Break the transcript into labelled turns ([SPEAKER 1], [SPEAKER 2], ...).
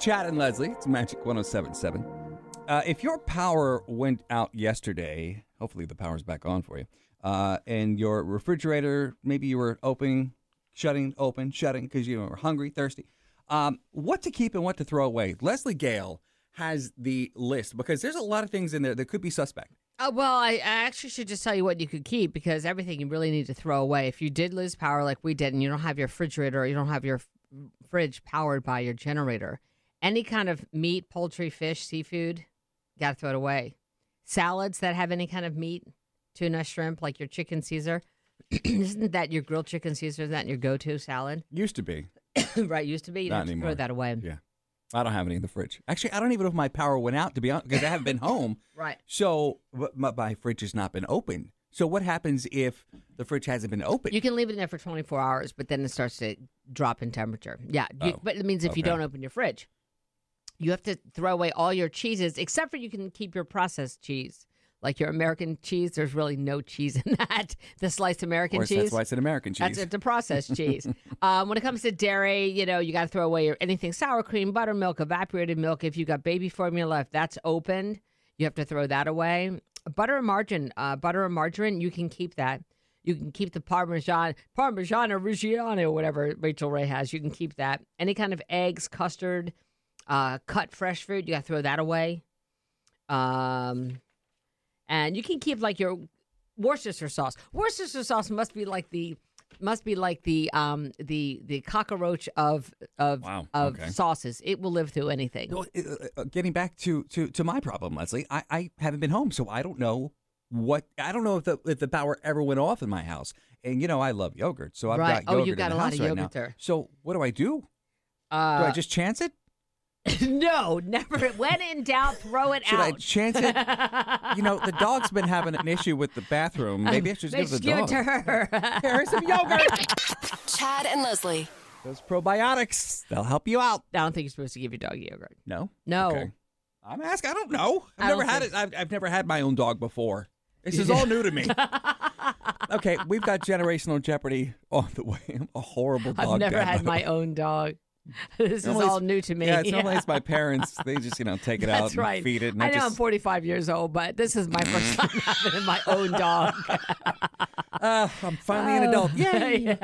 [SPEAKER 1] Chad and Leslie, it's Magic 1077. Uh, if your power went out yesterday, hopefully the power's back on for you, uh, and your refrigerator, maybe you were opening, shutting, open, shutting because you were hungry, thirsty, um, what to keep and what to throw away? Leslie Gale has the list because there's a lot of things in there that could be suspect.
[SPEAKER 2] Uh, well, I, I actually should just tell you what you could keep because everything you really need to throw away. If you did lose power like we did and you don't have your refrigerator or you don't have your f- fridge powered by your generator, any kind of meat, poultry, fish, seafood, got to throw it away. Salads that have any kind of meat, tuna, shrimp, like your chicken Caesar, isn't that your grilled chicken Caesar? Isn't that your go to salad?
[SPEAKER 1] Used to be.
[SPEAKER 2] right, used to be. You
[SPEAKER 1] Not
[SPEAKER 2] don't have to
[SPEAKER 1] anymore.
[SPEAKER 2] throw that away.
[SPEAKER 1] Yeah. I don't have any in the fridge. Actually, I don't even know if my power went out, to be honest, because I haven't been home.
[SPEAKER 2] Right.
[SPEAKER 1] So but my, my fridge has not been open. So what happens if the fridge hasn't been open?
[SPEAKER 2] You can leave it in there for 24 hours, but then it starts to drop in temperature. Yeah, you,
[SPEAKER 1] Oh,
[SPEAKER 2] but it means if you
[SPEAKER 1] okay.
[SPEAKER 2] don't open your fridge, you have to throw away all your cheeses, except for you can keep your processed cheese. Like your American cheese, there's really no cheese in that. The sliced
[SPEAKER 1] of
[SPEAKER 2] American
[SPEAKER 1] course,
[SPEAKER 2] cheese.
[SPEAKER 1] that's why it's an American cheese.
[SPEAKER 2] That's it, the processed cheese. um, when it comes to dairy, you know, you got to throw away your anything sour cream, buttermilk, evaporated milk. If you got baby formula left, that's opened. You have to throw that away. Butter and margarine, uh, butter and margarine, you can keep that. You can keep the parmesan, parmesan or reggiano, whatever Rachel Ray has. You can keep that. Any kind of eggs, custard, uh, cut fresh fruit, you got to throw that away. Um, and you can keep like your Worcestershire sauce. Worcestershire sauce must be like the must be like the um the the cockroach of of
[SPEAKER 1] Wow,
[SPEAKER 2] of
[SPEAKER 1] okay.
[SPEAKER 2] sauces. It will live through anything.
[SPEAKER 1] Well, uh, uh, Getting back to, to, to my problem, Leslie, I, I haven't been home, so I don't know what I don't know if the if the power ever went off in my house. And you know, I love yogurt, so I've got
[SPEAKER 2] Right. Oh,
[SPEAKER 1] yogurt
[SPEAKER 2] you've got
[SPEAKER 1] in
[SPEAKER 2] a
[SPEAKER 1] the
[SPEAKER 2] lot
[SPEAKER 1] house
[SPEAKER 2] of
[SPEAKER 1] right now.
[SPEAKER 2] yogurt there.
[SPEAKER 1] So what do I do? Do I
[SPEAKER 2] Uh,
[SPEAKER 1] just chance it?
[SPEAKER 2] no, never. When in doubt, throw it
[SPEAKER 1] Should I
[SPEAKER 2] out.
[SPEAKER 1] chance it? you know, the dog's been having an issue with the bathroom. Maybe I should just
[SPEAKER 2] Um, They
[SPEAKER 1] give the
[SPEAKER 2] should give
[SPEAKER 1] dog.
[SPEAKER 2] it to her.
[SPEAKER 1] Here's some yogurt.
[SPEAKER 3] Chad and Leslie.
[SPEAKER 1] Those probiotics, they'll help you out.
[SPEAKER 2] I don't think you're supposed to give your dog yogurt.
[SPEAKER 1] No,
[SPEAKER 2] No.
[SPEAKER 1] Okay. I'm asking. I don't know. I've
[SPEAKER 2] I
[SPEAKER 1] never
[SPEAKER 2] don't
[SPEAKER 1] had
[SPEAKER 2] think-
[SPEAKER 1] it. I've, I've never had my own dog before. This is all new to me. okay, we've got generational jeopardy on the way. I'm a horrible dog.
[SPEAKER 2] I've never
[SPEAKER 1] dad, by
[SPEAKER 2] had
[SPEAKER 1] the way.
[SPEAKER 2] my own dog. This is
[SPEAKER 1] Normally it's-
[SPEAKER 2] all new to me.
[SPEAKER 1] Yeah, it's normally it's my parents. They just you know take it out
[SPEAKER 2] That's
[SPEAKER 1] and
[SPEAKER 2] right.
[SPEAKER 1] feed it. And
[SPEAKER 2] I know
[SPEAKER 1] just,
[SPEAKER 2] I'm 45 years old, but this is my first time having my own dog.
[SPEAKER 1] "Ah, Uh, I'm finally an adult. Yay.